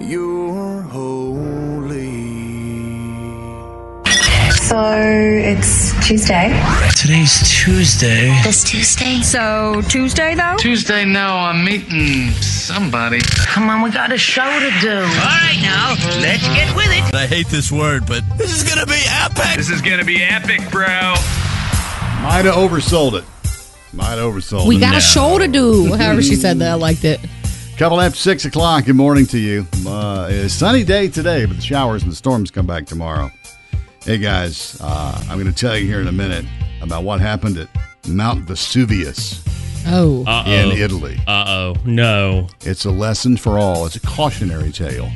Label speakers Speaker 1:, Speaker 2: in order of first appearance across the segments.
Speaker 1: You're holy.
Speaker 2: So it's Tuesday.
Speaker 3: Today's Tuesday.
Speaker 4: This Tuesday?
Speaker 2: So Tuesday though?
Speaker 3: Tuesday, no, I'm meeting somebody. Come on, we got a show to do. All right, now, let's get with it.
Speaker 5: I hate this word, but this is gonna be epic.
Speaker 6: This is going to be epic, bro.
Speaker 7: Might have oversold it. Might have oversold
Speaker 8: We
Speaker 7: it.
Speaker 8: got
Speaker 7: No.
Speaker 8: a show to do. However, she said that. I liked it.
Speaker 7: Couple after six o'clock. Good morning to you. Uh, it's a sunny day today, but the showers and the storms come back tomorrow. Hey guys, uh, I'm going to tell you here in a minute about what happened at Mount Vesuvius
Speaker 8: Oh.
Speaker 9: Uh
Speaker 7: in
Speaker 9: oh.
Speaker 7: Italy.
Speaker 9: Uh oh. No.
Speaker 7: It's a lesson for all. It's a cautionary tale.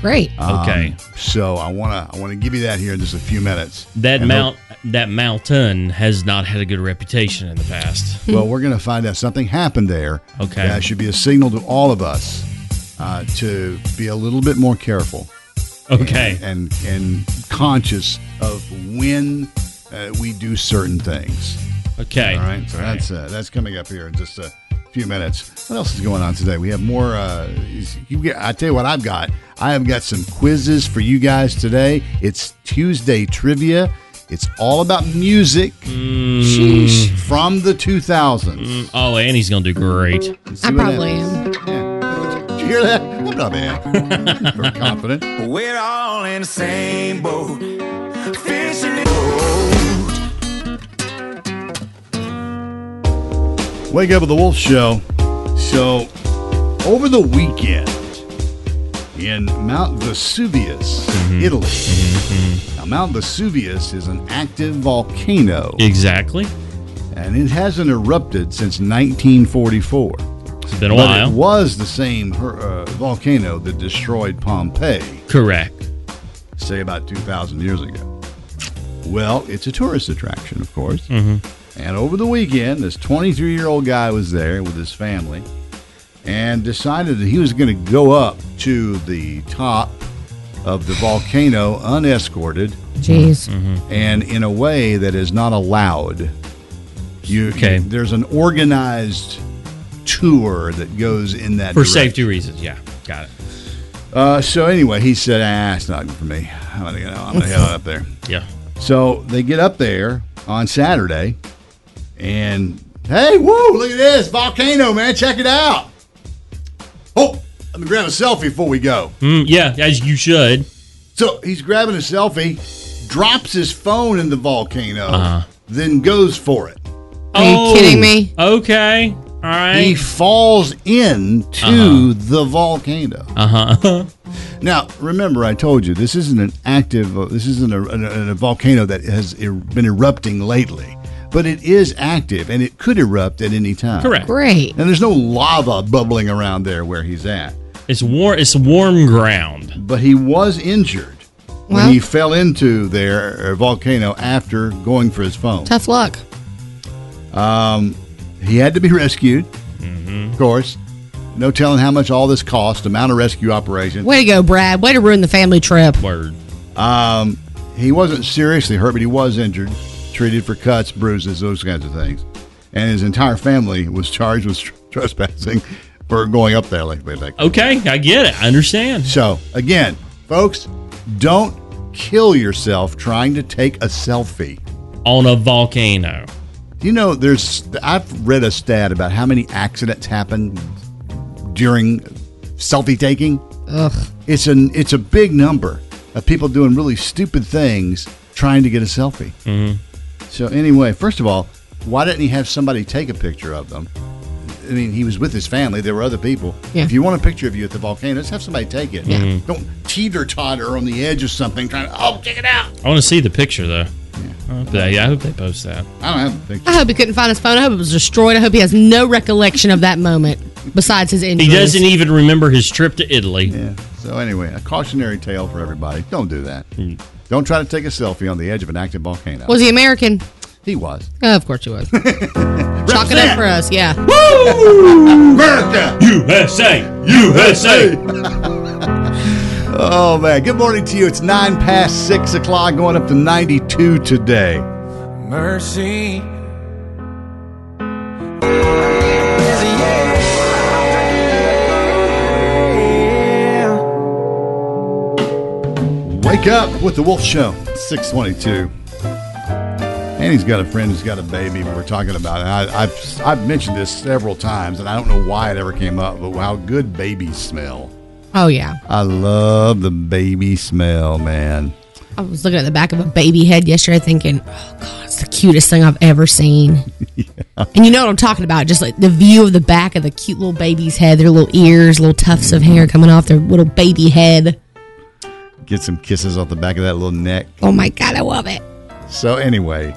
Speaker 8: Great.
Speaker 7: Um,
Speaker 9: Okay.
Speaker 7: So I want to I want to give you that here in just a few minutes.
Speaker 9: That
Speaker 7: And
Speaker 9: mount that mountain has not had a good reputation in the past.
Speaker 7: Well, we're going to find out something happened there.
Speaker 9: Okay.
Speaker 7: That should be a signal to all of us uh, to be a little bit more careful
Speaker 9: Okay.
Speaker 7: and and, and conscious of when uh, we do certain things.
Speaker 9: Okay.
Speaker 7: All right. So that's uh, that's coming up here in just a few minutes. What else is going on today? We have more. Uh, is- you get, I tell you what, I've got. I have got some quizzes for you guys today. It's Tuesday trivia. It's all about music
Speaker 8: Sheesh.
Speaker 7: from the 2000s.
Speaker 9: Oh, Annie's gonna do great.
Speaker 7: See
Speaker 8: I
Speaker 7: what
Speaker 8: probably
Speaker 7: happens.
Speaker 8: am.
Speaker 7: Yeah. Did you hear that? I'm not bad. Very confident.
Speaker 1: We're all in the same boat. Fishing in the boat.
Speaker 7: Wake up with the Wolf Show. So, over the weekend in Mount Vesuvius,
Speaker 8: Mm-hmm.
Speaker 7: Italy. Now, Mount Vesuvius is an active volcano,
Speaker 9: Exactly.
Speaker 7: and it hasn't erupted since 1944.
Speaker 9: It's been
Speaker 7: But it
Speaker 9: a while.
Speaker 7: was the same her- uh, volcano that destroyed Pompeii,
Speaker 9: Correct.
Speaker 7: say about 2,000 years ago. Well, it's a tourist attraction, of course.
Speaker 9: Mm-hmm.
Speaker 7: And over the weekend, this 23 year old guy was there with his family and decided that he was going to go up to the top of the volcano unescorted
Speaker 8: Jeez.
Speaker 9: Mm-hmm.
Speaker 7: and in a way that is not allowed. You,
Speaker 9: Okay.
Speaker 7: There's an organized tour that goes in that
Speaker 9: For
Speaker 7: direction.
Speaker 9: safety reasons. Yeah. Got it.
Speaker 7: Uh, so anyway, he said, "Ah, it's not good for me. I'm gonna, go- I'm gonna head on up there."
Speaker 9: Yeah.
Speaker 7: So they get up there on Saturday, and hey, whoa, look at this volcano, man! Check it out. Oh, let me grab a selfie before we go.
Speaker 9: Mm, yeah. As you should.
Speaker 7: So he's grabbing a selfie, drops his phone in the volcano,
Speaker 9: Uh-huh.
Speaker 7: then goes for it.
Speaker 8: Are you kidding me?
Speaker 9: Oh, Okay. All
Speaker 7: He
Speaker 9: right.
Speaker 7: falls into
Speaker 9: Uh-huh.
Speaker 7: the volcano.
Speaker 9: Uh huh.
Speaker 7: Now, remember, I told you this isn't an active, uh, this isn't a, a, a volcano that has er, been erupting lately, but it is active and it could erupt at any time.
Speaker 9: Correct.
Speaker 8: Great.
Speaker 7: And there's no lava bubbling around there where he's at.
Speaker 9: It's warm. It's warm ground.
Speaker 7: But he was injured when
Speaker 8: Well.
Speaker 7: he fell into their uh, volcano after going for his phone.
Speaker 8: Tough luck.
Speaker 7: Um, he had to be rescued, of course. No telling how much all this cost, amount of rescue operation.
Speaker 8: Way to go, Brad. Way to ruin the family trip.
Speaker 9: Word.
Speaker 7: Um, he wasn't seriously hurt, but he was injured, treated for cuts, bruises, those kinds of things. And his entire family was charged with tr- trespassing for going up there like that.
Speaker 9: Okay. I get it. I understand.
Speaker 7: So, again, folks, don't kill yourself trying to take a selfie.
Speaker 9: On a volcano.
Speaker 7: You know, there's I've read a stat about how many accidents happen during selfie taking.
Speaker 8: Ugh.
Speaker 7: It's an it's a big number of people doing really stupid things trying to get a selfie.
Speaker 9: Mhm.
Speaker 7: So anyway, first of all, why didn't he have somebody take a picture of them? I mean, he was with his family. There were other people.
Speaker 8: Yeah.
Speaker 7: If you want a picture of you at the volcano, just have somebody take it.
Speaker 9: Yeah. Mhm.
Speaker 7: Don't teeter totter on the edge of something trying to, oh, check it out.
Speaker 9: I want to see the picture though. I hope they, I hope they post that.
Speaker 7: I don't have a picture.
Speaker 8: I hope he couldn't find his phone. I hope it was destroyed. I hope he has no recollection of that moment besides his
Speaker 9: He
Speaker 8: injuries.
Speaker 9: doesn't e- even remember his trip to Italy.
Speaker 7: Yeah. So anyway, a cautionary tale for everybody. Don't do that. Don't try to take a selfie on the edge of an active volcano.
Speaker 8: Was he American?
Speaker 7: He was.
Speaker 8: Oh, of course he was. Chalk it up for us, yeah.
Speaker 7: America!
Speaker 9: USA, USA.
Speaker 7: Oh man, good morning to you. It's nine past six o'clock, going up to ninety-two today.
Speaker 1: Mercy.
Speaker 7: Wake up with the Wolf Show, six twenty-two. And he's got a friend who's got a baby. We're talking about, and I, I've I've mentioned this several times, and I don't know why it ever came up, but how good babies smell.
Speaker 8: Oh yeah.
Speaker 7: I love the baby smell, man.
Speaker 8: I was looking at the back of a baby head yesterday, thinking, "Oh God, it's the cutest thing I've ever seen." And you know what I'm talking about? Just like the view of the back of the cute little baby's head, their little ears, little tufts of hair coming off their little baby head.
Speaker 7: Get some kisses off the back of that little neck.
Speaker 8: Oh my God, I love it.
Speaker 7: So anyway,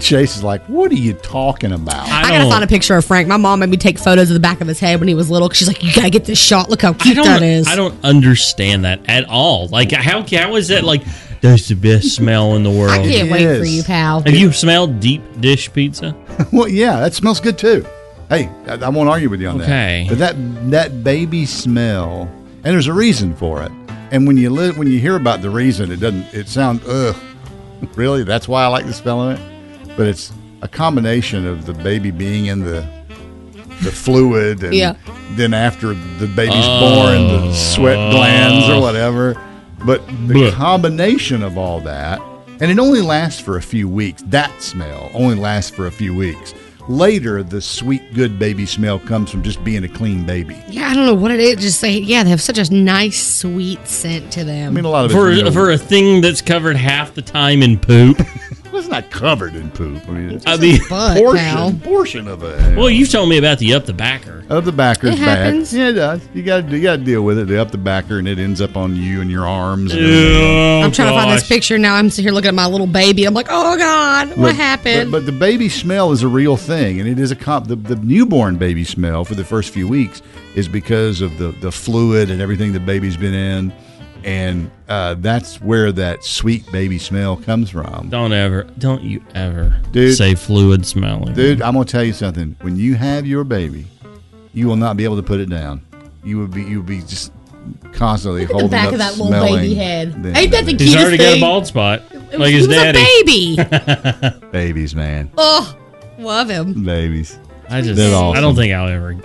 Speaker 7: Chase is like, "What are you talking about?"
Speaker 9: I,
Speaker 8: I,
Speaker 9: don't,
Speaker 8: gotta find a picture of Frank. My mom made me take photos of the back of his head when he was little. 'cause she's like, "You gotta get this shot. Look how
Speaker 9: I
Speaker 8: cute
Speaker 9: don't.
Speaker 8: that is."
Speaker 9: I don't understand that at all. Like how how is that like? That's the best smell in the
Speaker 8: I
Speaker 9: world.
Speaker 8: can't
Speaker 7: It
Speaker 8: wait for
Speaker 7: is.
Speaker 8: you, pal.
Speaker 9: Have you smelled deep dish pizza?
Speaker 7: Well, yeah, that smells good too. Hey, I, I won't argue with you on that.
Speaker 9: Okay.
Speaker 7: But that that baby smell, and there's a reason for it. And when you live, when you hear about the reason, it doesn't. It sounds ugh. Really, that's why I like the smell of it. But it's a combination of the baby being in the the fluid, and
Speaker 8: Yeah.
Speaker 7: then after the baby's born, the sweat glands or whatever. But the
Speaker 9: Oh. Blech.
Speaker 7: combination of all that, and it only lasts for a few weeks. That smell only lasts for a few weeks. Later, the sweet, good baby smell comes from just being a clean baby.
Speaker 8: Yeah, I don't know what it is. Just say, yeah, they have such a nice, sweet scent to them.
Speaker 7: I mean, a lot of
Speaker 9: For
Speaker 7: it's you know,
Speaker 9: for a thing that's covered half the time in poop.
Speaker 7: well, it's not covered in poop. I mean, it's
Speaker 9: I
Speaker 7: just
Speaker 9: mean,
Speaker 7: a
Speaker 8: But, pal.
Speaker 7: portion, portion of it.
Speaker 9: well, you told me about the up the backer.
Speaker 7: Up the backer's
Speaker 8: It
Speaker 7: bad.
Speaker 8: happens.
Speaker 7: Yeah, it does. You got to you got to deal with it. The up the backer, and it ends up on you and your arms. and everything.
Speaker 9: Oh,
Speaker 8: I'm trying to find this
Speaker 9: gosh.
Speaker 8: picture now. I'm sitting here looking at my little baby. I'm like, oh God, what
Speaker 7: But-
Speaker 8: happened?
Speaker 7: But, but the baby smell is a real thing, and it is a comp. The, the newborn baby smell for the first few weeks is because of the the fluid and everything the baby's been in, and uh, that's where that sweet baby smell comes from.
Speaker 9: Don't ever, don't you ever
Speaker 7: Dude.
Speaker 9: say fluid smelling.
Speaker 7: Dude, I'm gonna tell you something. When you have your baby, you will not be able to put it down. You would be you would be just constantly
Speaker 8: Look at
Speaker 7: holding
Speaker 8: the back
Speaker 7: up
Speaker 8: of that little baby
Speaker 7: smelling
Speaker 8: head.
Speaker 7: the-
Speaker 8: Ain't that the
Speaker 9: He's
Speaker 8: cutest
Speaker 9: already got
Speaker 8: thing?
Speaker 9: a bald spot,
Speaker 8: It was-
Speaker 9: like
Speaker 8: he
Speaker 9: his
Speaker 8: was
Speaker 9: daddy.
Speaker 8: a baby.
Speaker 7: babies, man,
Speaker 8: oh, love him.
Speaker 7: babies.
Speaker 9: I just,
Speaker 7: They're
Speaker 9: I
Speaker 7: awesome.
Speaker 9: don't think I'll ever get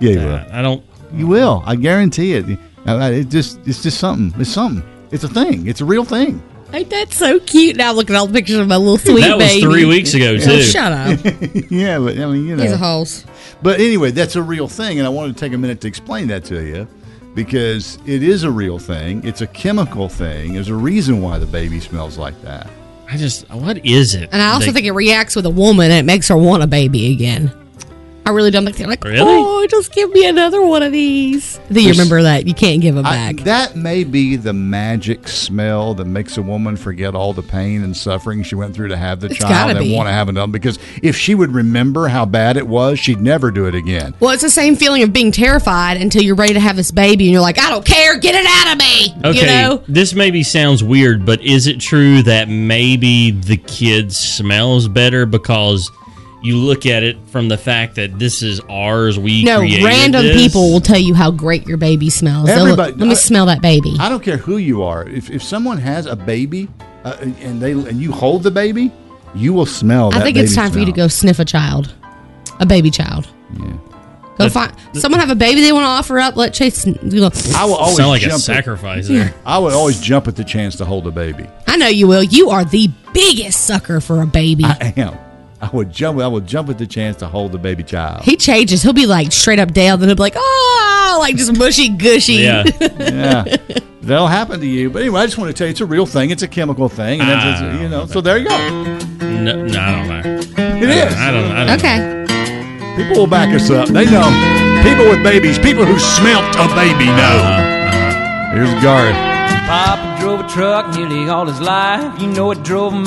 Speaker 7: Yeah, you will.
Speaker 9: that. I don't.
Speaker 7: You will. I guarantee it. Uh, It just it's just something. It's something. It's a thing. It's a real thing.
Speaker 8: Ain't that so cute? Now I'm looking at all the pictures of my little sweet
Speaker 9: that
Speaker 8: baby.
Speaker 9: was three weeks ago too.
Speaker 8: Oh, shut up.
Speaker 7: yeah, but I mean, you
Speaker 8: He's a
Speaker 7: know.
Speaker 8: holes.
Speaker 7: But anyway, that's a real thing, and I wanted to take a minute to explain that to you because it is a real thing. It's a chemical thing. There's a reason why the baby smells like that.
Speaker 9: I just, what is it?
Speaker 8: And I also
Speaker 9: They-
Speaker 8: think it reacts with a woman and it makes her want a baby again. I really don't think they're like,
Speaker 9: Really?
Speaker 8: oh, just give me another one of these. I think you remember that. You can't give them
Speaker 7: I-
Speaker 8: back.
Speaker 7: that may be the magic smell that makes a woman forget all the pain and suffering she went through to have the
Speaker 8: It's
Speaker 7: child
Speaker 8: gotta
Speaker 7: and
Speaker 8: be.
Speaker 7: want to have another. Because if she would remember how bad it was, she'd never do it again.
Speaker 8: Well, it's the same feeling of being terrified until you're ready to have this baby and you're like, I don't care, get it out of me.
Speaker 9: Okay,
Speaker 8: You know?
Speaker 9: this maybe sounds weird, but is it true that maybe the kid smells better because you look at it from the fact that this is ours? We
Speaker 8: No,
Speaker 9: created
Speaker 8: random
Speaker 9: this?
Speaker 8: people will tell you how great your baby smells. They'll-
Speaker 7: Everybody-
Speaker 8: let me
Speaker 7: I-
Speaker 8: smell that baby.
Speaker 7: I don't care who you are. If, if someone has a baby uh, and they and you hold the baby, you will smell.
Speaker 8: I
Speaker 7: that
Speaker 8: think it's
Speaker 7: baby
Speaker 8: time for you to
Speaker 7: smell.
Speaker 8: go sniff a child, a baby child. Go find someone have a baby they want to offer up. Let Chase. You know,
Speaker 7: I will always
Speaker 9: sound like
Speaker 7: jump
Speaker 9: a
Speaker 7: at-
Speaker 9: sacrifice there.
Speaker 7: I would always jump at the chance to hold a baby.
Speaker 8: I know you will. You are the biggest sucker for a baby.
Speaker 7: I am. I would jump. I would jump at the chance to hold the baby child.
Speaker 8: he changes. He'll be like straight up Dale, then he'll be like, "Oh, like just mushy gushy.
Speaker 9: Yeah.
Speaker 7: yeah, that'll happen to you. But anyway, I just want to tell you, it's a real thing. It's a chemical thing, and that's,
Speaker 9: Ah.
Speaker 7: you know. So there you go.
Speaker 9: No, no, I don't know.
Speaker 7: It is.
Speaker 9: I don't. I don't
Speaker 8: Okay.
Speaker 7: People will back us up. They know. People with babies, people who smelt a baby know.
Speaker 9: Uh-huh,
Speaker 7: Here's Garth.
Speaker 10: Papa drove a truck nearly all his life. You know it drove him.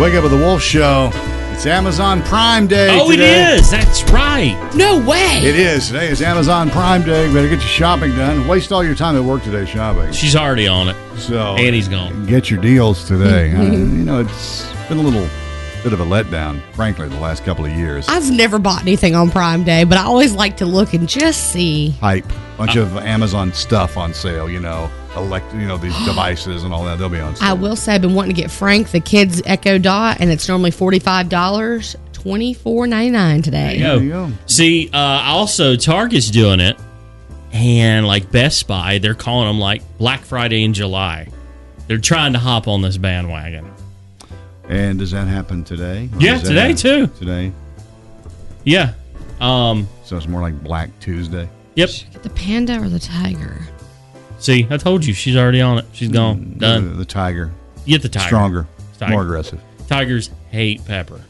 Speaker 7: Wake up with the Wolf Show. It's Amazon Prime Day.
Speaker 9: Oh, it
Speaker 7: today.
Speaker 9: is. That's right.
Speaker 8: No way.
Speaker 7: It is. Today is Amazon Prime Day. Better get your shopping done. Waste all your time at work today shopping.
Speaker 9: She's already on it,
Speaker 7: So
Speaker 9: and he's gone.
Speaker 7: get your deals today. Uh, you know, it's been a little bit of a letdown, frankly, the last couple of years.
Speaker 8: I've never bought anything on Prime Day, but I always like to look and just see.
Speaker 7: Hype, bunch of Amazon stuff on sale. You know, elect, you know these devices and all that. They'll be on sale.
Speaker 8: I will say I've been wanting to get Frank the kids Echo Dot, and it's normally forty five dollars, twenty four ninety nine today.
Speaker 9: There
Speaker 7: you go.
Speaker 9: See, uh, also Target's doing it, and like Best Buy, they're calling them like Black Friday in July. They're trying to hop on this bandwagon.
Speaker 7: And does that happen today? Or
Speaker 9: Yeah,
Speaker 7: does that
Speaker 9: today,
Speaker 7: happen
Speaker 9: too.
Speaker 7: Today,
Speaker 9: Yeah. Um.
Speaker 7: so it's more like Black Tuesday.
Speaker 9: Yep.
Speaker 8: The panda or the tiger?
Speaker 9: See, I told you she's already on it. She's gone. Done.
Speaker 7: The, the tiger,
Speaker 9: Get the Um,
Speaker 7: Mm, uh,
Speaker 9: tiger.
Speaker 7: stronger,
Speaker 9: Tiger.
Speaker 7: more aggressive.
Speaker 9: Tigers hate pepper.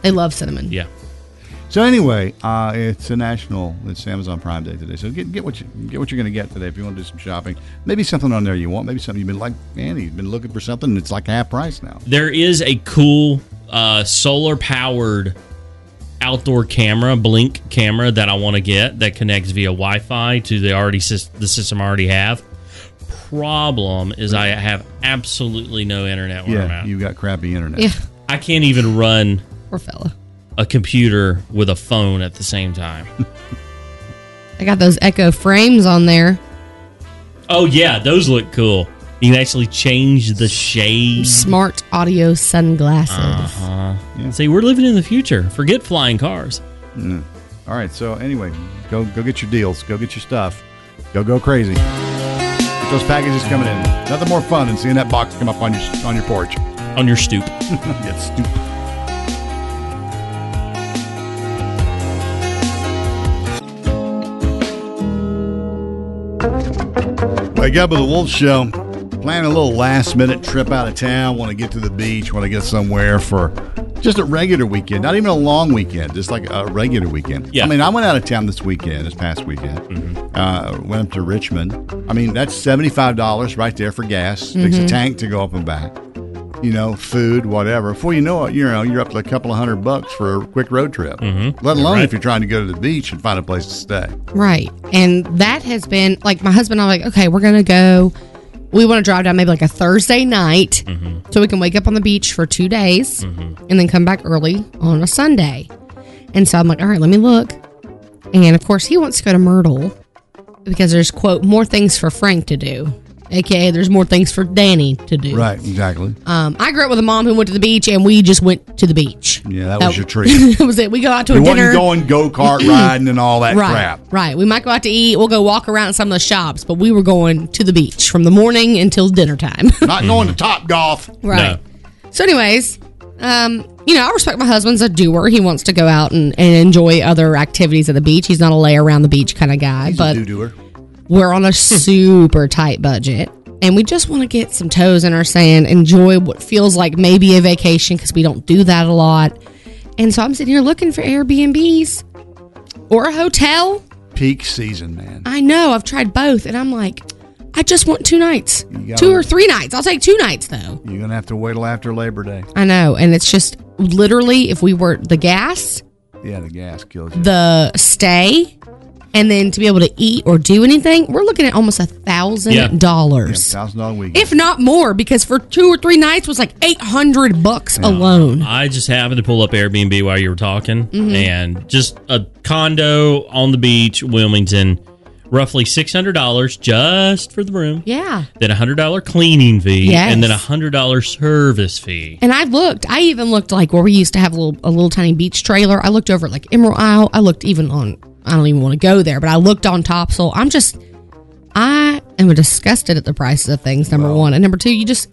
Speaker 8: They love cinnamon.
Speaker 9: Yeah.
Speaker 7: So anyway, uh, it's a national. It's Amazon Prime Day today. So get get what you get what you're going to get today if you want to do some shopping. Maybe something on there you want. Maybe something you've been like, man, you've been looking for something, and it's like half price now.
Speaker 9: There is a cool uh, solar powered outdoor camera, blink camera that I want to get that connects via Wi Fi to the already sys- the system I already have. Problem is, I have absolutely no internet where I'm
Speaker 7: yeah,
Speaker 9: at.
Speaker 7: you got crappy internet.
Speaker 8: Yeah,
Speaker 9: I can't even run
Speaker 8: poor fella.
Speaker 9: a computer with a phone at the same time.
Speaker 8: I got those Echo frames on there.
Speaker 9: oh yeah, those look cool. You can actually change the shade.
Speaker 8: Smart audio sunglasses.
Speaker 9: Uh-huh. See, we're living in the future. Forget flying cars.
Speaker 7: All right. So anyway, go go get your deals. Go get your stuff. Go go crazy. Get those packages coming in. Nothing more fun than seeing that box come up on your on your porch.
Speaker 9: on your stoop.
Speaker 7: That's stupid. Wake up with the Wolf Show. Plan a little last minute trip out of town. Want to get to the beach. Want to get somewhere for just a regular weekend. Not even a long weekend. Just like a regular weekend.
Speaker 9: Yeah.
Speaker 7: I mean, I went out of town this weekend, this past weekend. Uh, went up to Richmond. I mean, that's $75 right there for gas. Takes a tank to go up and back. You know, food, whatever. Before you know it, you know, you're up to a couple of hundred bucks for a quick road trip.
Speaker 8: Mm-hmm.
Speaker 7: Let alone
Speaker 9: Right.
Speaker 7: if you're trying to go to the beach and find a place to stay.
Speaker 8: Right. And that has been like my husband, and I'm like, okay, we're gonna go. We want to drive down maybe like a Thursday night
Speaker 7: Mm-hmm.
Speaker 8: so we can wake up on the beach for two days and then come back early on a Sunday. And so I'm like, all right, let me look. And of course, he wants to go to Myrtle because there's, quote, more things for Frank to do, aka there's more things for Danny to do.
Speaker 7: Right, exactly.
Speaker 8: Um, I grew up with a mom who went to the beach and we just went to the beach.
Speaker 7: Yeah, that was your treat.
Speaker 8: that was it. We go out to
Speaker 7: It
Speaker 8: a
Speaker 7: wasn't
Speaker 8: dinner.
Speaker 7: going go kart riding and all that
Speaker 8: right,
Speaker 7: crap.
Speaker 8: Right. We might go out to eat. We'll go walk around some of the shops, but we were going to the beach from the morning until dinner time.
Speaker 7: Not going to Top Golf.
Speaker 8: right. So, anyways, um, you know, I respect my husband's a doer. He wants to go out and, and enjoy other activities at the beach. He's not a lay around the beach kind of guy, but
Speaker 7: doer.
Speaker 8: we're on a super tight budget. And we just want to get some toes in our sand, enjoy what feels like maybe a vacation because we don't do that a lot. And so I'm sitting here looking for Airbnbs or a hotel.
Speaker 7: Peak season, man.
Speaker 8: I know. I've tried both, and I'm like, I just want two nights,
Speaker 7: got
Speaker 8: two
Speaker 7: it.
Speaker 8: or three nights. I'll take two nights though.
Speaker 7: You're gonna have to wait till after Labor Day.
Speaker 8: I know, and it's just literally if we were the gas,
Speaker 7: Yeah, the gas kills you.
Speaker 8: the stay, and then to be able to eat or do anything, we're looking at almost a
Speaker 9: Yeah.
Speaker 8: thousand dollars,
Speaker 7: Thousand dollar week.
Speaker 8: if not more, because for two or three nights was like eight hundred bucks alone.
Speaker 9: I just happened to pull up Airbnb while you were talking,
Speaker 8: Mm-hmm.
Speaker 9: and just a condo on the beach, Wilmington, roughly six hundred dollars just for the room.
Speaker 8: Yeah.
Speaker 9: Then a hundred dollar cleaning fee,
Speaker 8: Yes.
Speaker 9: and then a hundred dollar service fee.
Speaker 8: And I looked. I even looked like where we used to have a little a little tiny beach trailer. I looked over at like Emerald Isle. I looked even on. I don't even want to go there, but I looked on Topsail. I'm just. I am disgusted at the prices of things. Number one and number two, you just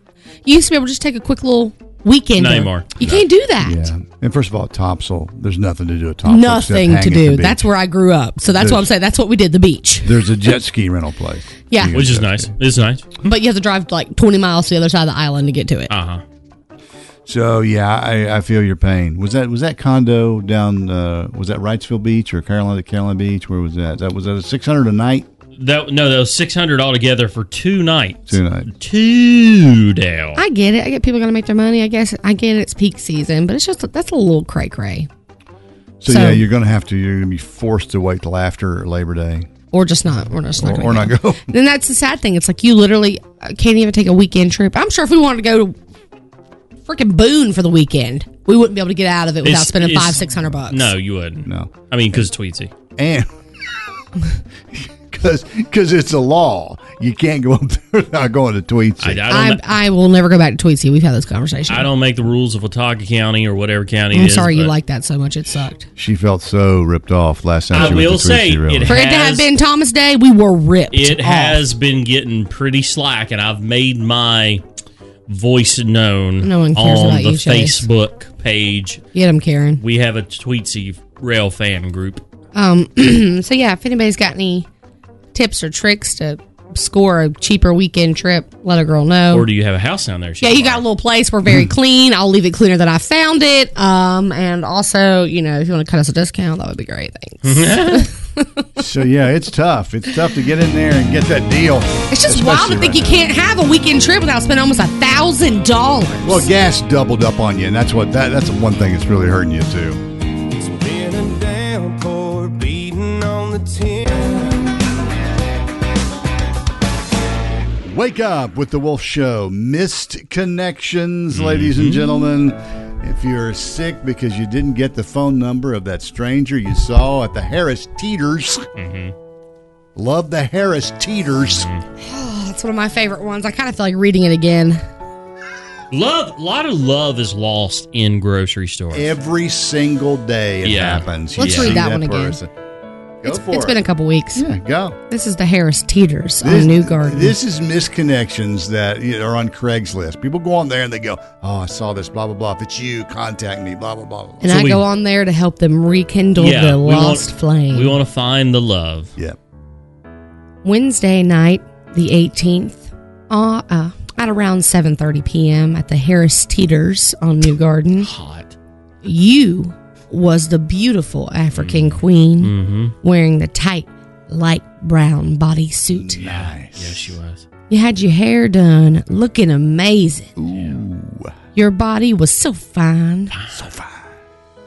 Speaker 8: you used to be able to just take a quick little weekend.
Speaker 9: Not anymore.
Speaker 8: You can't do that.
Speaker 7: Yeah. And first of all, Topsail, there's nothing to do at Topsail. except
Speaker 8: Nothing
Speaker 7: hang
Speaker 8: to
Speaker 7: at the
Speaker 8: do.
Speaker 7: beach.
Speaker 8: That's where I grew up. So that's what I'm
Speaker 7: There's-
Speaker 8: saying. That's what we did, the beach.
Speaker 7: There's a jet ski rental place.
Speaker 8: Yeah.
Speaker 7: You can
Speaker 9: Which is
Speaker 7: jet
Speaker 9: nice.
Speaker 7: ski.
Speaker 9: It's nice.
Speaker 8: But you have to drive like 20 miles to the other side of the island to get to it.
Speaker 9: Uh huh.
Speaker 7: So yeah, I, I feel your pain. Was that was that condo down? Uh, was that Wrightsville Beach or Carolina Carolina Beach? Where was that? That was that a six hundred a night?
Speaker 9: That no, that was six hundred altogether for two nights.
Speaker 7: Two night.
Speaker 9: Two down.
Speaker 8: I get it. I get people going to make their money. I guess I get it. It's peak season, but it's just that's a little cray cray.
Speaker 7: So,
Speaker 8: So-
Speaker 7: yeah, you're gonna have to. You're gonna be forced to wait till after Labor Day,
Speaker 8: Or just not. We're just not.
Speaker 7: or,
Speaker 8: gonna
Speaker 7: or not go.
Speaker 8: Then that's the sad thing. It's like you literally uh, can't even take a weekend trip. I'm sure if we wanted to go to freaking Boone for the weekend, we wouldn't be able to get out of it without
Speaker 9: It's-
Speaker 8: spending
Speaker 9: it's-
Speaker 8: five six hundred bucks.
Speaker 9: No, you wouldn't.
Speaker 7: No.
Speaker 9: I mean, because Tweety.
Speaker 7: and because it's a law, you can't go up there not going to Tweetsie.
Speaker 9: I, I don't.
Speaker 8: I, I will never go back to Tweetsie. We've had this conversation.
Speaker 9: I don't make the rules of Watauga County or whatever county.
Speaker 8: I'm
Speaker 9: it is,
Speaker 8: sorry you
Speaker 9: but
Speaker 8: like that so much. It sucked.
Speaker 7: she felt so ripped off last time.
Speaker 9: I
Speaker 7: she went
Speaker 9: will
Speaker 7: to Tweetsie,
Speaker 9: say it
Speaker 7: really.
Speaker 9: has-
Speaker 8: For it to have been Thomas Day, we were ripped.
Speaker 9: It
Speaker 8: off.
Speaker 9: has been getting pretty slack, and I've made my voice known
Speaker 8: No one cares
Speaker 9: on
Speaker 8: about
Speaker 9: the
Speaker 8: you, Chase.
Speaker 9: Facebook page.
Speaker 8: Get him, Karen.
Speaker 9: We have a Tweetsie rail fan group.
Speaker 8: Um, so yeah, if anybody's got any tips or tricks to score a cheaper weekend trip, let a girl know.
Speaker 9: Or do you have a house down there?
Speaker 8: Oh. yeah, you got a little place. We're
Speaker 7: Mm-hmm.
Speaker 8: very clean. I'll leave it cleaner than I found it. Um, and also, you know, if you want to cut us a discount, that would be great. Thanks.
Speaker 7: Mm-hmm. so yeah, it's tough. It's tough to get in there and get that deal.
Speaker 8: It's just wild
Speaker 7: Especially
Speaker 8: to think
Speaker 7: right
Speaker 8: you
Speaker 7: now.
Speaker 8: can't have a weekend trip without spending almost a thousand dollars.
Speaker 7: Well, gas doubled up on you, and that's what that, that's the one thing that's really hurting you too.
Speaker 1: Been a downpour, bleeding on the tin.
Speaker 7: Wake up with the Wolf Show. Missed connections, ladies and gentlemen. If you're sick because you didn't get the phone number of that stranger you saw at the Harris Teeters, love the Harris Teeters.
Speaker 8: Oh, that's one of my favorite ones. I kind of feel like reading it again.
Speaker 9: Love, a lot of love is lost in grocery stores.
Speaker 7: Every single day it
Speaker 9: Yeah.
Speaker 7: happens.
Speaker 8: Let's
Speaker 7: You
Speaker 8: read
Speaker 7: see
Speaker 8: that one again.
Speaker 7: person. Go
Speaker 8: It's-
Speaker 7: for
Speaker 8: it's
Speaker 7: it.
Speaker 8: been a couple weeks.
Speaker 7: yeah, go.
Speaker 8: This is the Harris Teeters on New Garden.
Speaker 7: This is misconnections that you know, are on Craigslist. People go on there and they go, "Oh, I saw this. Blah blah blah. If it's you, contact me. Blah blah blah." blah.
Speaker 8: and
Speaker 9: So
Speaker 8: I
Speaker 9: we-
Speaker 8: go on there to help them rekindle the
Speaker 9: we
Speaker 8: lost
Speaker 9: want,
Speaker 8: flame.
Speaker 9: We want to find the love.
Speaker 7: Yeah,
Speaker 8: Wednesday night, the 18th, uh, uh, at around 7:30 p.m. at the Harris Teeters on New Garden.
Speaker 9: Hot.
Speaker 8: You was the beautiful African
Speaker 7: Mm.
Speaker 8: queen
Speaker 9: Mm-hmm.
Speaker 8: wearing the tight light brown bodysuit.
Speaker 7: nice.
Speaker 9: Yes, she was.
Speaker 8: You had your hair done, looking amazing. Your body was so fine.
Speaker 7: So fine.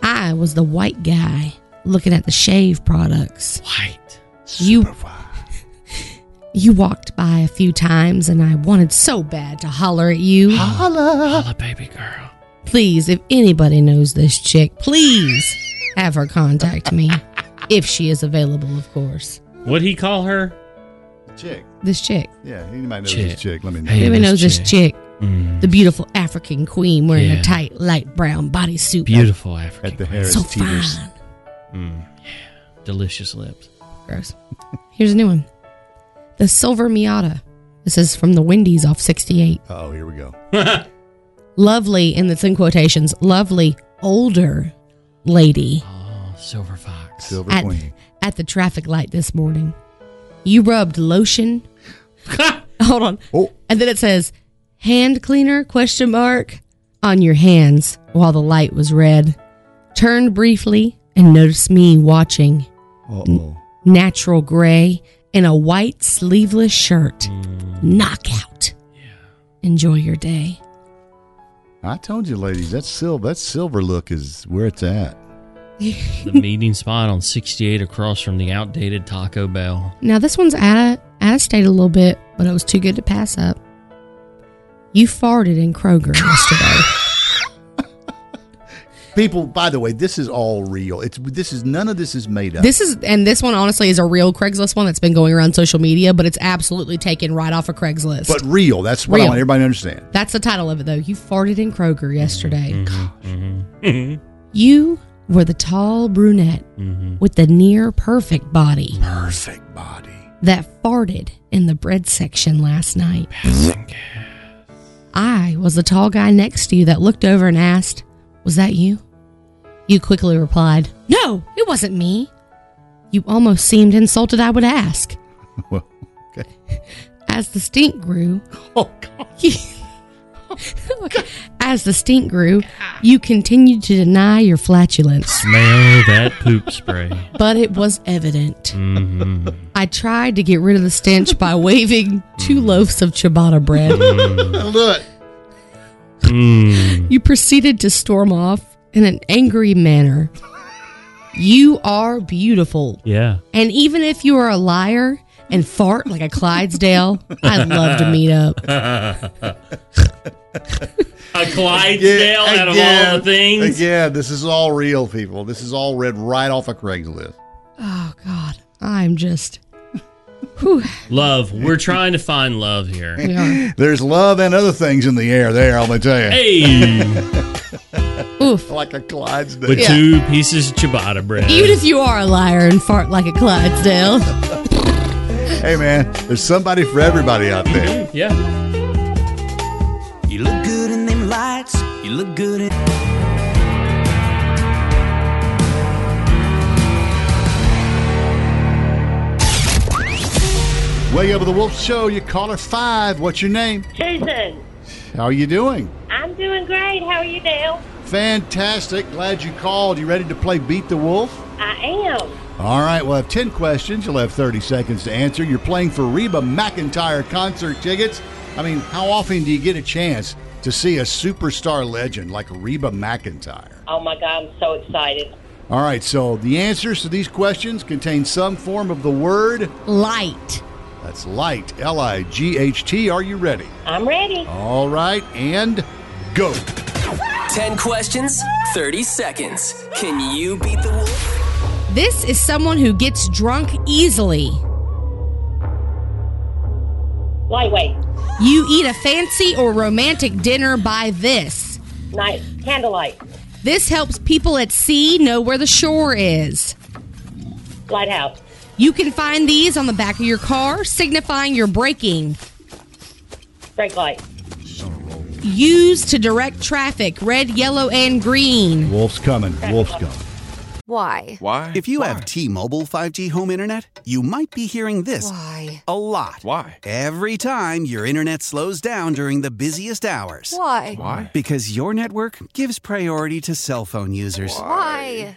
Speaker 8: I was the white guy looking at the shave products.
Speaker 9: White.
Speaker 8: You-
Speaker 7: Super fine.
Speaker 8: You walked by a few times and I wanted so bad to holler at you.
Speaker 9: Holla, baby girl.
Speaker 8: Please, if anybody knows this chick, please have her contact me. If she is available, of course.
Speaker 9: What'd he call her?
Speaker 7: chick.
Speaker 8: This chick.
Speaker 7: Yeah, anybody knows
Speaker 9: Chick.
Speaker 7: this chick? Let me know.
Speaker 9: Hey,
Speaker 8: Everybody
Speaker 9: this
Speaker 8: knows this chick.
Speaker 9: Mm.
Speaker 8: The beautiful African queen wearing
Speaker 9: Yeah.
Speaker 8: a tight, light brown bodysuit.
Speaker 9: Beautiful African.
Speaker 7: At the
Speaker 9: queen.
Speaker 7: Harris
Speaker 8: So
Speaker 7: Teeters.
Speaker 8: fine.
Speaker 9: Mm. Delicious lips.
Speaker 8: Gross. Here's a new one. The Silver Miata. This is from the Wendy's off 68.
Speaker 7: Oh, here we go.
Speaker 8: Lovely, and it's in quotations, lovely older lady.
Speaker 9: Oh, silver fox.
Speaker 7: Silver
Speaker 8: at,
Speaker 7: Queen.
Speaker 8: at the traffic light this morning. You rubbed lotion. Hold on.
Speaker 7: Oh.
Speaker 8: And then it says hand cleaner question mark on your hands while the light was red. Turned briefly and noticed me watching.
Speaker 7: Uh oh.
Speaker 8: Natural gray in a white sleeveless shirt. Knockout. Enjoy your day.
Speaker 7: I told you, ladies, that silver that silver look is where it's at.
Speaker 9: the meeting spot on 68 across from the outdated Taco Bell.
Speaker 8: Now this one's out of out of state a little bit, but it was too good to pass up. You farted in Kroger yesterday.
Speaker 7: People, by the way, this is all real. It's this is none of this is made up.
Speaker 8: This is and this one honestly is a real Craigslist one that's been going around social media, but it's absolutely taken right off of Craigslist.
Speaker 7: but real. That's what I
Speaker 8: Real.
Speaker 7: want everybody to understand.
Speaker 8: that's the title of it though. You farted in Kroger yesterday.
Speaker 7: Mm-hmm.
Speaker 8: you were the tall brunette with the near perfect body
Speaker 7: Mm-hmm. Perfect body.
Speaker 8: that farted in the bread section last night. I was the tall guy next to you that looked over and asked, Was that you? You quickly replied, No, it wasn't me. You almost seemed insulted, I would ask.
Speaker 7: Well, okay.
Speaker 8: As the stink grew, oh God. as the stink grew, you continued to deny your flatulence,
Speaker 9: Smell that poop spray.
Speaker 8: but it was evident.
Speaker 9: Mhm.
Speaker 8: I tried to get rid of the stench by waving two loaves of ciabatta bread.
Speaker 7: Look.
Speaker 9: Mm.
Speaker 8: You proceeded to storm off in an angry manner. You are beautiful.
Speaker 9: Yeah.
Speaker 8: And even if you are a liar and fart like a Clydesdale, I'd love to meet up.
Speaker 9: A Clydesdale out of all the things.
Speaker 7: Again, this is all real, people. This is all read right off of Craigslist.
Speaker 8: Oh, God. I'm just. Whew.
Speaker 9: Love. We're trying to find love here.
Speaker 8: We are.
Speaker 7: There's love and other things in the air there, I'm going to tell you.
Speaker 9: Hey,
Speaker 8: Oof.
Speaker 7: Like a Clydesdale.
Speaker 9: with two pieces of ciabatta bread.
Speaker 8: Even if you are a liar and fart like a Clydesdale.
Speaker 7: Hey, man, there's somebody for everybody out there.
Speaker 9: yeah.
Speaker 1: You look good in them lights. You look good in.
Speaker 7: Way up with the Wolf Show, you caller five. What's your name?
Speaker 11: Susan,
Speaker 7: How are you doing?
Speaker 11: I'm doing great. How are you, Dale?
Speaker 7: Fantastic. Glad you called. You ready to play Beat the Wolf?
Speaker 11: I am.
Speaker 7: All right, we'll have 10 questions. You'll have 30 seconds to answer. You're playing for Reba McIntyre concert tickets. I mean, how often do you get a chance to see a superstar legend like Reba McIntyre?
Speaker 11: Oh my God, I'm so excited.
Speaker 7: All right, so the answers to these questions contain some form of the word
Speaker 8: Light.
Speaker 7: that's light, L I G H T. Are you ready?
Speaker 11: I'm ready.
Speaker 7: All right, and go.
Speaker 4: 10 questions, 30 seconds. Can you beat the wolf?
Speaker 8: This is someone who gets drunk easily.
Speaker 11: Lightweight,
Speaker 8: You eat a fancy or romantic dinner by this.
Speaker 11: night, candlelight,
Speaker 8: This helps people at sea know where the shore is.
Speaker 11: lighthouse,
Speaker 8: You can find these on the back of your car, signifying your braking.
Speaker 11: brake light,
Speaker 8: Used to direct traffic, red, yellow, and green.
Speaker 7: Wolf's coming. Wolf's coming.
Speaker 12: Why? Why? If you have T-Mobile 5G home internet, you might be hearing this
Speaker 13: Why?
Speaker 12: a lot. Why? Every time your internet slows down during the busiest hours.
Speaker 13: Why? Why?
Speaker 12: Because your network gives priority to cell phone users.
Speaker 13: Why?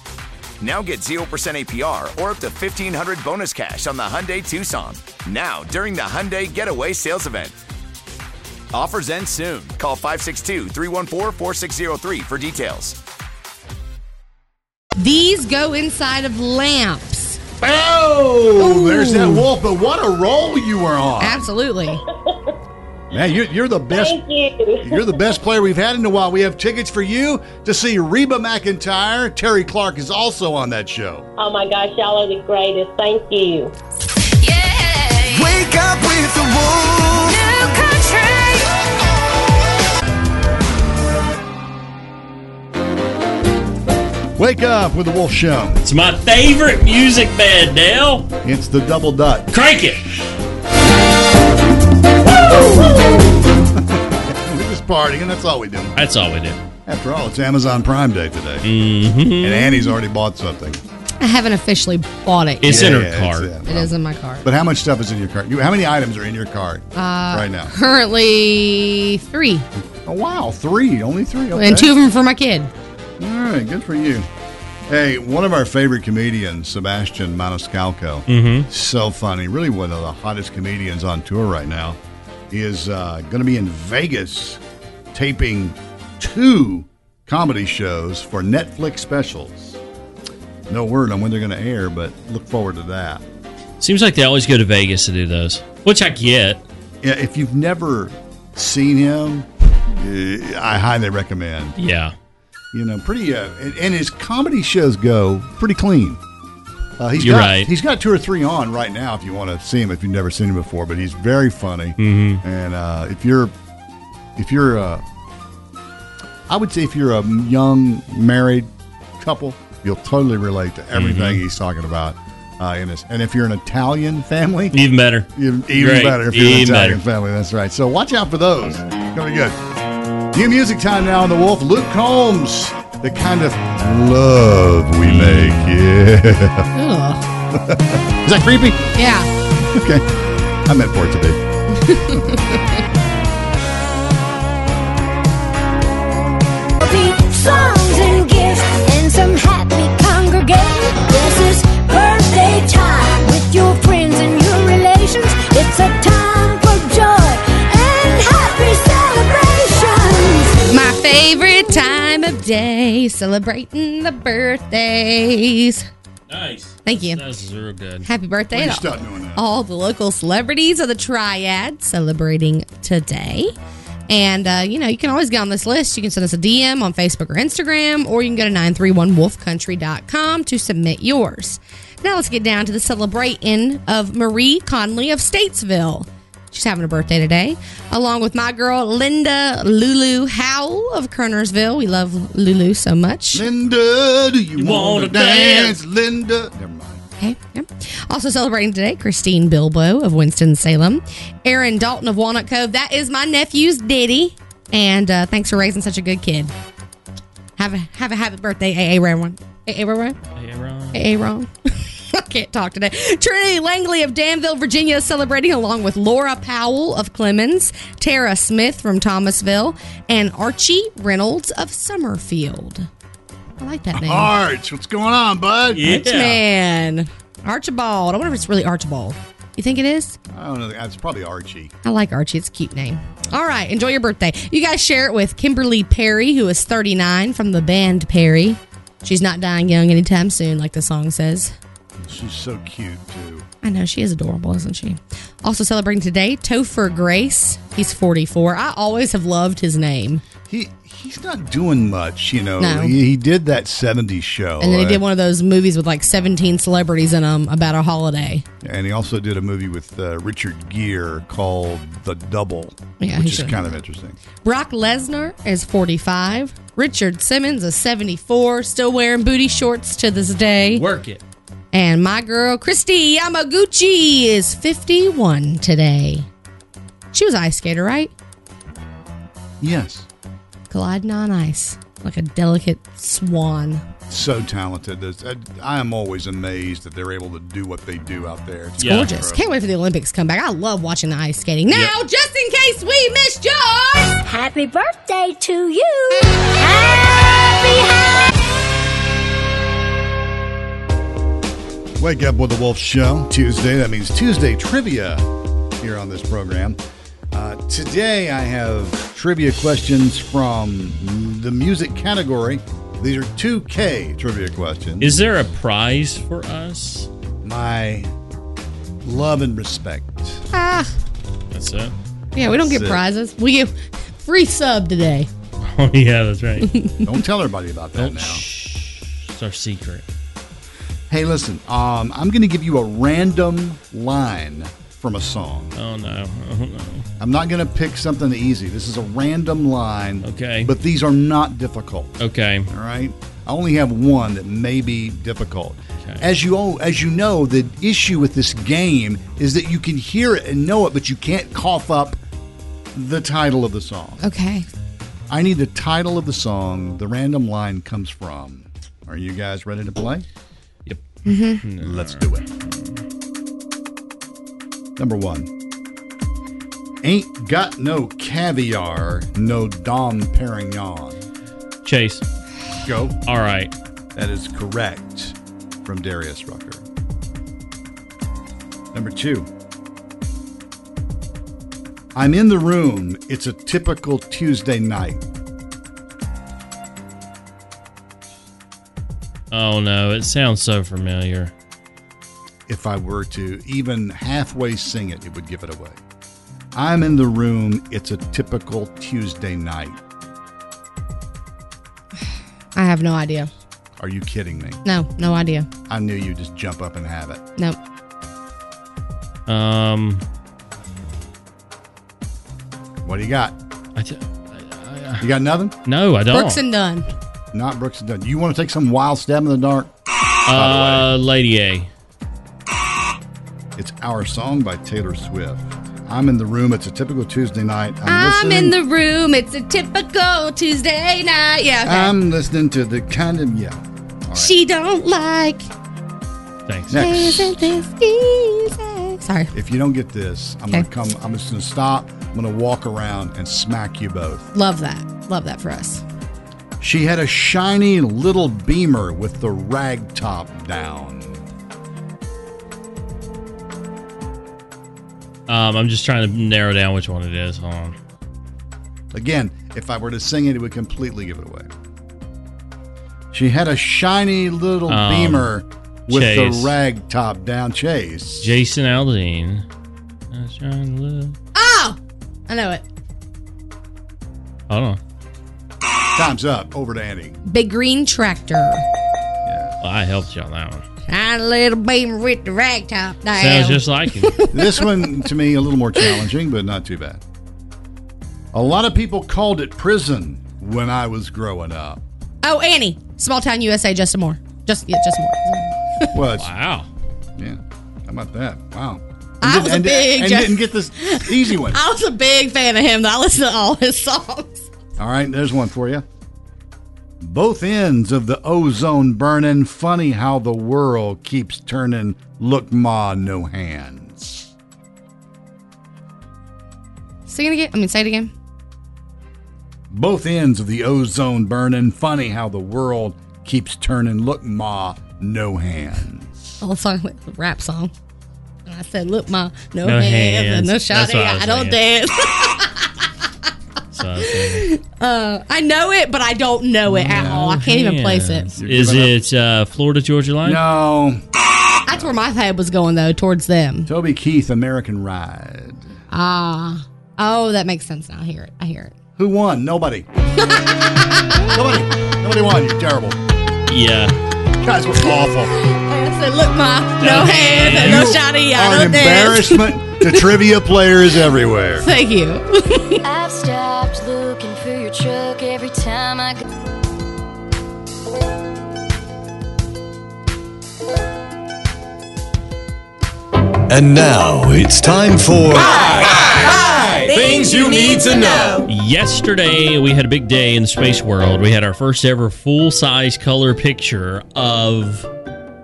Speaker 14: Now get 0% APR or up to 1500 bonus cash on the Hyundai Tucson. Now, during the Hyundai Getaway Sales Event. Offers end soon. Call 562 314 4603 for details.
Speaker 8: These go inside of lamps.
Speaker 7: Oh, there's that wolf, but what a roll you were on.
Speaker 8: Absolutely.
Speaker 7: Man, you're, you're the best. You're the best player we've had in a while. We have tickets for you to see Reba McIntyre. Terry Clark is also on that show.
Speaker 11: Oh my gosh, y'all are the greatest. Thank you.
Speaker 1: Wake up with the wolf.
Speaker 11: New country.
Speaker 7: Wake up with the Wolf Show.
Speaker 9: It's my favorite music bed, Dale.
Speaker 7: It's the double dot.
Speaker 9: Crank it.
Speaker 7: We're just partying, that's all we do.
Speaker 9: That's all we do.
Speaker 7: After all, it's Amazon Prime Day today. Mm-hmm. And Annie's already bought something.
Speaker 8: I haven't officially bought it.
Speaker 9: It's
Speaker 8: yet.
Speaker 9: in her
Speaker 7: Yeah,
Speaker 9: cart.
Speaker 7: it's-
Speaker 8: It is in my cart.
Speaker 7: But how much stuff is in your cart? You, how many items are in your cart
Speaker 8: Uh,
Speaker 7: right now?
Speaker 8: Currently three,
Speaker 7: Oh, wow. Three. Only three. Okay.
Speaker 8: and two of them for my kid.
Speaker 7: All right, good for you. Hey, one of our favorite comedians, Sebastian Maniscalco, so funny, really one of the hottest comedians on tour right now, is uh, going to be in Vegas taping two comedy shows for Netflix specials. No word on when they're going to air, but look forward to that.
Speaker 9: Seems like they always go to Vegas to do those, which I get.
Speaker 7: Yeah, if you've never seen him, eh, I highly recommend.
Speaker 9: Yeah.
Speaker 7: you know, pretty. Uh, and, and his comedy shows go pretty clean. Uh, he's
Speaker 9: You're
Speaker 7: got,
Speaker 9: right.
Speaker 7: He's got two or three on right now if you want to see him if you've never seen him before. But he's very funny, mm-hmm. and uh, if you're, if you're, uh, I would say if you're a young married couple, you'll totally relate to everything
Speaker 9: Mhm.
Speaker 7: he's talking about. Uh, in this. And if you're an Italian family,
Speaker 9: even better,
Speaker 7: even, even
Speaker 9: Great.
Speaker 7: better if you're an
Speaker 9: Even
Speaker 7: Italian
Speaker 9: better.
Speaker 7: family. That's right. So watch out for those. Coming good. New music time now on the Wolf. Luke Combs, the kind of love we make. Yeah.
Speaker 8: Ugh.
Speaker 7: Is that creepy?
Speaker 8: Yeah.
Speaker 7: Okay. I meant for it to be.
Speaker 13: songs and gifts and some happy congregate. This is birthday time with your friends and your relations. It's a time for joy and happy celebrations.
Speaker 8: My favorite time of day, celebrating the birthdays.
Speaker 9: Nice.
Speaker 8: Thank you.
Speaker 9: That's real good.
Speaker 8: Happy birthday
Speaker 9: Please
Speaker 8: to
Speaker 9: stop
Speaker 7: doing that.
Speaker 8: all the local celebrities of the Triad celebrating today. And, uh, you know, you can always get on this list. You can send us a DM on Facebook or Instagram, or you can go to 931wolfcountry.com to submit yours. Now let's get down to the celebrating of Marie Conley of Statesville. She's having a birthday today, along with my girl, Linda Lulu Howell of Kernersville. We love Lulu so much.
Speaker 7: Linda, do you,
Speaker 8: wanna
Speaker 7: wanna dance, Linda? Never mind.
Speaker 8: Okay. Yep. Also celebrating today, Christine Bilbo of Winston-Salem, Aaron Dalton of Walnut Cove. That is my nephew's Diddy. And uh, thanks for raising such a good kid. Have a have a happy birthday, AA Ron. AA Ron. AA Ron. I can't talk today. Trinity Langley of Danville, Virginia, is celebrating along with Laura Powell of Clemens, Tara Smith from Thomasville, and Archie Reynolds of Summerfield. I like that name.
Speaker 7: Arch, what's going on, bud?
Speaker 8: X-Man. Archibald. I wonder if it's really Archibald. You think it is?
Speaker 7: I don't know. It's probably Archie.
Speaker 8: I like Archie. It's a cute name. All right. Enjoy your birthday. You guys share it with Kimberly Perry, who is 39 from the band Perry. She's not dying young anytime soon, like the song says.
Speaker 7: She's so cute, too.
Speaker 8: I know she is adorable, isn't she? Also celebrating today, Topher Grace. He's 44. I always have loved his name.
Speaker 7: He he's not doing much, you know.
Speaker 8: No.
Speaker 7: He, he did that 70s show.
Speaker 8: And then he
Speaker 7: uh,
Speaker 8: did one of those movies with like 17 celebrities in them about a holiday.
Speaker 7: And he also did a movie with uh, Richard Gere called The Double,
Speaker 8: Yeah, he
Speaker 7: which is
Speaker 8: should've
Speaker 7: kind
Speaker 8: done
Speaker 7: of
Speaker 8: that.
Speaker 7: interesting.
Speaker 8: Brock Lesnar is 45. Richard Simmons is 74, still wearing booty shorts to this day.
Speaker 9: Work it.
Speaker 8: And my girl, Christy Yamaguchi, is 51 today. She was an ice skater, right?
Speaker 7: Yes,
Speaker 8: Gliding on ice like a delicate swan.
Speaker 7: so talented. There's- I, I am always amazed that they're able to do what they do out there. It's
Speaker 8: Gorgeous. Can't wait for the Olympics to come back. I love watching the ice skating. Now,
Speaker 7: Yeah.
Speaker 8: just in case we missed yours.
Speaker 13: Happy birthday to you. Happy, happy.
Speaker 7: Wake up with the Wolf Show Tuesday. That means Tuesday trivia here on this program. Uh, today I have trivia questions from the music category. These are 2K trivia questions.
Speaker 9: Is there a prize for us?
Speaker 7: My love and respect.
Speaker 8: Ah,
Speaker 9: That's it.
Speaker 8: yeah, we don't
Speaker 7: That's
Speaker 8: get
Speaker 7: it.
Speaker 8: prizes. We get free sub today.
Speaker 9: Oh yeah, that's right.
Speaker 7: Don't tell everybody about that now.
Speaker 9: It's our secret.
Speaker 7: Hey, listen, um, I'm going to give you a random line from a song.
Speaker 9: Oh no. Oh no.
Speaker 7: I'm not going to pick something easy. This is a random line.
Speaker 9: Okay.
Speaker 7: But these are not difficult.
Speaker 9: Okay.
Speaker 7: All right. I only have one that may be difficult. As you all, as you know, the issue with this game is that you can hear it and know it, but you can't cough up the title of the song.
Speaker 8: Okay.
Speaker 7: I need the title of the song the random line comes from. Are you guys ready to play? Yep.
Speaker 8: Mhm.
Speaker 7: Let's do it. Number one. Ain't got no caviar, no Dom Perignon.
Speaker 9: Chase.
Speaker 7: Go.
Speaker 9: All right.
Speaker 7: That is correct from Darius Rucker. Number two. I'm in the room. It's a typical Tuesday night.
Speaker 9: Oh no, it sounds so familiar.
Speaker 7: If I were to even halfway sing it, it would give it away. I'm in the room. It's a typical Tuesday night.
Speaker 8: I have no idea.
Speaker 7: Are you kidding me?
Speaker 8: No, no idea.
Speaker 7: I knew you'd just jump up and have it.
Speaker 8: No.
Speaker 9: Um,
Speaker 7: What do you got?
Speaker 9: I th-
Speaker 7: you got nothing?
Speaker 9: No, I
Speaker 8: Brooks and Dunn.
Speaker 7: Not Brooks and Dunn. You want to take some wild stab in the dark?
Speaker 9: Uh, Lady A.
Speaker 7: It's Our Song by Taylor Swift. I'm in the room. It's a typical Tuesday night. I'm,
Speaker 8: I'm
Speaker 7: listening.
Speaker 8: in the room. It's a typical Tuesday night. Yeah. okay.
Speaker 7: I'm listening to the kind of yeah.
Speaker 8: She don't like.
Speaker 9: Thanks.
Speaker 7: Next,
Speaker 8: Isn't this easy? Sorry.
Speaker 7: if you don't get this, I'm gonna come. I'm just gonna stop. I'm gonna walk around and smack you both.
Speaker 8: Love that. Love that for us.
Speaker 7: She had a shiny little beamer with the rag top down.
Speaker 9: Um, I'm just trying to narrow down which one it is. Hold on.
Speaker 7: Again, if I were to sing it, it would completely give it away. She had a shiny little
Speaker 9: Um,
Speaker 7: beamer with
Speaker 9: Chase.
Speaker 7: the rag top down. Chase.
Speaker 9: Jason Aldean.
Speaker 8: Oh, I know it.
Speaker 9: Hold on.
Speaker 7: Time's up. Over to Andy.
Speaker 8: Big green tractor.
Speaker 9: Well, I helped you on that one.
Speaker 8: Shiny little beamer with the rag top down.
Speaker 9: Sounds just like him.
Speaker 7: this one to me a little more challenging, but not too bad. A lot of people called it prison when I was growing up.
Speaker 8: Oh, Annie. Small town USA. Justin Moore. Just yeah, Justin Moore.
Speaker 7: Was
Speaker 9: wow.
Speaker 7: Yeah. How about that? Wow.
Speaker 8: I
Speaker 7: And
Speaker 8: was
Speaker 7: didn't-
Speaker 8: a
Speaker 7: and-
Speaker 8: big
Speaker 7: and
Speaker 8: Ju-
Speaker 7: didn't get this easy one.
Speaker 8: I was a big fan of him. Though. I listened to all his songs.
Speaker 7: All right, there's one for you. Both ends of the ozone burning. Funny how the world keeps turning. Look, ma, no hands.
Speaker 8: Sing it again. I mean, say it again.
Speaker 7: Both ends of the ozone burning. Funny how the world keeps turning. Look, ma, no hands.
Speaker 8: All song with the rap song. And I said, "Look, ma, no,
Speaker 7: No
Speaker 8: hands,
Speaker 7: hands.
Speaker 8: and no
Speaker 7: That's
Speaker 8: shot.
Speaker 7: what I was
Speaker 8: I don't
Speaker 7: saying.
Speaker 8: dance." uh, I know it, but I don't know it at all. I can't even place it.
Speaker 9: Is it uh, Florida Georgia Line?
Speaker 7: No.
Speaker 8: That's where my head was going though, towards them.
Speaker 7: Toby Keith, American Ride.
Speaker 8: Ah, oh, that makes sense now. I hear it. I hear it.
Speaker 7: Who won? Nobody. Nobody. Nobody won. You're terrible.
Speaker 9: Yeah.
Speaker 7: Guys, we're awful.
Speaker 8: I said, "Look, ma, no,
Speaker 7: No
Speaker 8: hands, and no shot. I
Speaker 7: Are an
Speaker 8: don't dance."
Speaker 7: embarrassment to trivia players everywhere.
Speaker 8: Thank you.
Speaker 15: I've stopped looking for your truck every time I go.
Speaker 16: And now it's time for
Speaker 9: Things you need to know. Yesterday, we had a big day in the space world. We had our first ever full size color picture of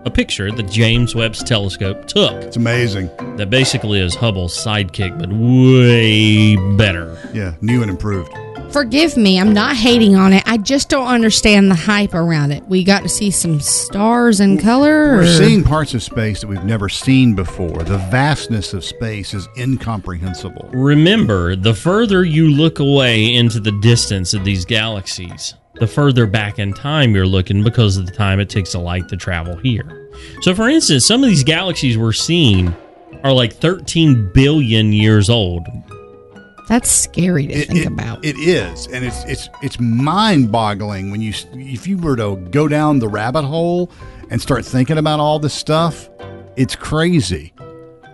Speaker 9: a picture that James Webb's telescope took. It's
Speaker 7: amazing.
Speaker 9: That basically is Hubble's sidekick, but way better.
Speaker 7: Yeah, new and improved.
Speaker 8: Forgive me, I'm not hating on it. I just don't understand the hype around it. We got to see some stars in color.
Speaker 7: We're
Speaker 8: or-
Speaker 7: seeing parts of space that we've never seen before. The vastness of space is incomprehensible.
Speaker 9: Remember, the further you look away into the distance of these galaxies, the further back in time you're looking because of the time it takes the light to travel here. So, for instance, some of these galaxies we're seeing are like 13 billion years old.
Speaker 8: That's scary to think
Speaker 7: it,
Speaker 8: about.
Speaker 7: It is, and it's it's it's mind-boggling when you s- if you were to go down the rabbit hole and start thinking about all this stuff, it's crazy.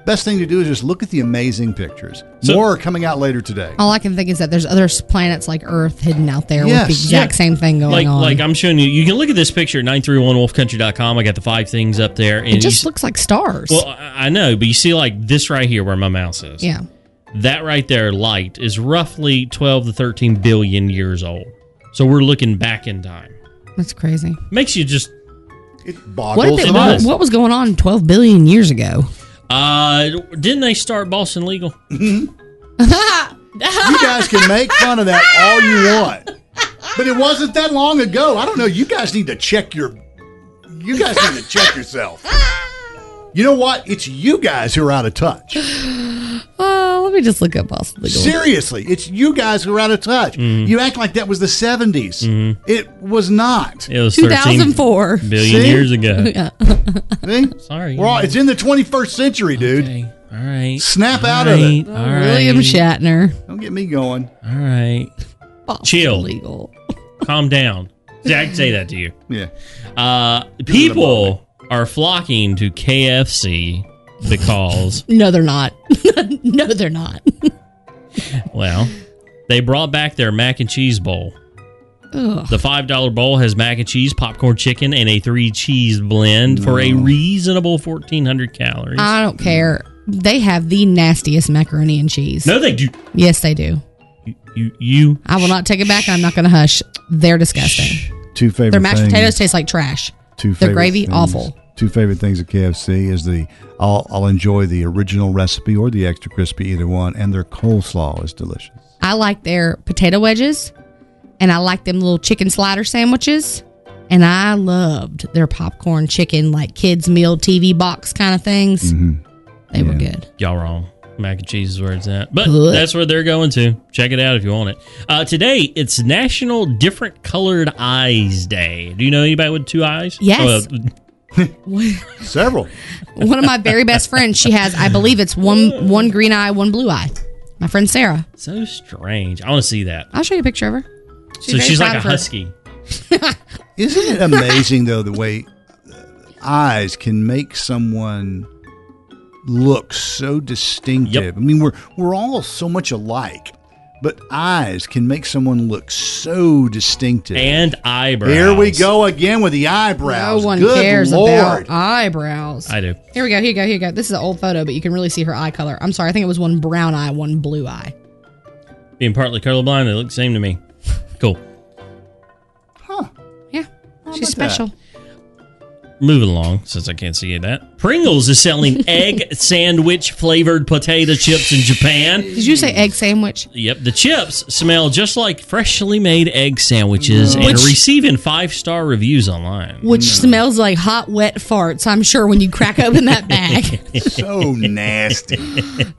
Speaker 7: Best thing to do is just look at the amazing pictures. More are coming out later today.
Speaker 8: All I can think is that there's other s- planets like Earth hidden out there with
Speaker 7: Yes.
Speaker 8: the exact
Speaker 7: Yeah.
Speaker 8: same thing going
Speaker 9: like,
Speaker 8: on.
Speaker 9: like I'm showing you, you can look at this picture at 931wolfcountry.com. I got the five things up there. And
Speaker 8: it
Speaker 9: you
Speaker 8: just
Speaker 9: s-
Speaker 8: looks like stars.
Speaker 9: Well, I I know, but you see, like this right here where my mouse is.
Speaker 8: yeah.
Speaker 9: That right there, light, is roughly 12 to 13 billion years old. So we're looking back in time.
Speaker 8: That's crazy.
Speaker 9: Makes you just.
Speaker 7: It
Speaker 8: What, if it- what, what was going on 12 billion years ago?
Speaker 9: Uh, didn't they start Boston Legal?
Speaker 7: you guys can make fun of that all you want. But it wasn't that long ago. I don't know. You guys need to check your. You guys need to check yourself. You know what? It's you guys who are out of touch.
Speaker 8: Uh, let me just look up Boston Legal.
Speaker 7: Seriously, it's you guys who are out of touch. You act like that was the 70s. It was not.
Speaker 9: It was
Speaker 8: 2004.
Speaker 9: 13 billion
Speaker 7: See?
Speaker 9: years ago.
Speaker 8: Yeah.
Speaker 7: See?
Speaker 9: Sorry.
Speaker 7: We're all, it's in the 21st century, dude.
Speaker 9: All right.
Speaker 7: Snap out of
Speaker 9: right,
Speaker 7: it.
Speaker 9: all right.
Speaker 8: Oh, Uh, William Shatner.
Speaker 7: Don't get me going.
Speaker 9: All right. Chill. Legal. Calm down. See, I can say that to you.
Speaker 7: Yeah.
Speaker 9: Uh, people are flocking to KFC because,
Speaker 8: No, they're not. no, they're not.
Speaker 9: well, they brought back their mac and cheese bowl.
Speaker 8: Ugh.
Speaker 9: The $5 bowl has mac and cheese, popcorn chicken, and a three cheese blend for a reasonable 1,400 calories.
Speaker 8: I don't care. They have the nastiest macaroni and cheese.
Speaker 9: no, they do.
Speaker 8: Yes, they do.
Speaker 9: You, you
Speaker 8: I will not take it back. I'm not going to hush. They're disgusting.
Speaker 7: Two favorite
Speaker 8: Their mashed potatoes taste like trash.
Speaker 7: Two
Speaker 8: Their
Speaker 7: favorite
Speaker 8: gravy,
Speaker 7: things-
Speaker 8: awful.
Speaker 7: Two favorite things at KFC is the I'll, I'll enjoy the original recipe or the extra crispy, either one, and their coleslaw is delicious.
Speaker 8: I like their potato wedges, and I like them little chicken slider sandwiches. And I loved their popcorn chicken, like kids' meal TV box kind of things.
Speaker 7: Mm-hmm.
Speaker 8: They were good.
Speaker 9: Y'all wrong. Mac and cheese is where it's at. But
Speaker 8: Ugh.
Speaker 9: that's where they're going to. Check it out if you want it. Uh, today, it's National Different Colored Eyes Day. Do you know anybody with two eyes?
Speaker 8: Yes.
Speaker 9: Oh, uh,
Speaker 7: Several.
Speaker 8: One of my very best friends, she has, I believe it's one one green eye, one blue eye. My friend Sarah.
Speaker 9: so strange. I want to see that.
Speaker 8: I'll show you a picture of her.
Speaker 9: so
Speaker 8: very
Speaker 9: she's
Speaker 8: proud
Speaker 9: like a
Speaker 8: of her.
Speaker 9: husky.
Speaker 7: Isn't it amazing though the way uh, eyes can make someone look so distinctive? I mean, we're we're all so much alike, but eyes can make someone look so distinctive.
Speaker 9: And eyebrows.
Speaker 7: Here we go again with the eyebrows.
Speaker 8: No one
Speaker 7: Good
Speaker 8: cares
Speaker 7: Lord.
Speaker 8: about eyebrows.
Speaker 9: I do.
Speaker 8: Here we go. Here you go. Here you go. This is an old photo, but you can really see her eye color. I'm sorry. I think it was one brown eye, one blue eye.
Speaker 9: Being partly colorblind, they look the same to me. Cool.
Speaker 8: Yeah.
Speaker 7: about
Speaker 8: She's
Speaker 7: that?
Speaker 8: special.
Speaker 9: Moving along, since I can't see that. Pringles is selling egg sandwich flavored potato chips in Japan.
Speaker 8: Did you say egg sandwich?
Speaker 9: Yep, the chips smell just like freshly made egg sandwiches and
Speaker 8: Which-
Speaker 9: are receiving five star reviews online.
Speaker 8: Which smells like hot, wet farts, I'm sure, when you crack open that bag.
Speaker 7: so nasty.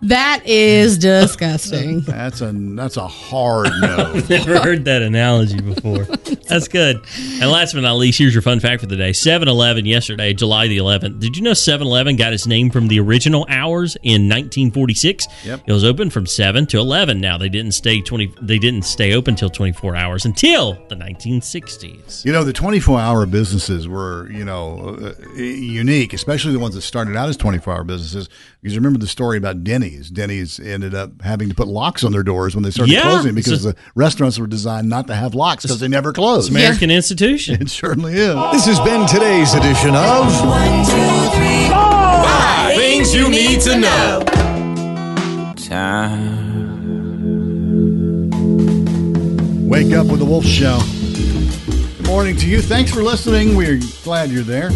Speaker 8: that is disgusting.
Speaker 7: That's a that's a hard no.
Speaker 9: Never heard that analogy before. That's good. And last but not least, here's your fun fact for the day 7 Eleven yesterday, July the 11th. Did you know 7 Eleven got its name from the original hours in 1946?
Speaker 7: Yep.
Speaker 9: It was open from 7 to 11. Now, they didn't stay 20, they didn't stay open till 24 hours until the 1960s.
Speaker 7: You know, the 24 hour businesses were, you know, uh, uh, unique, especially the ones that started out as 24 hour businesses. Because you remember the story about Denny's. Denny's ended up having to put locks on their doors when they started
Speaker 9: Yeah.
Speaker 7: closing because
Speaker 9: So-
Speaker 7: the restaurants were designed not to have locks because they never
Speaker 9: It's
Speaker 7: closed.
Speaker 9: an American institution.
Speaker 7: It certainly is.
Speaker 16: This has been today's edition of
Speaker 1: Things you need to know.
Speaker 7: Time. Wake up with the Wolf Show. Good morning to you. Thanks for listening. We're glad you're there.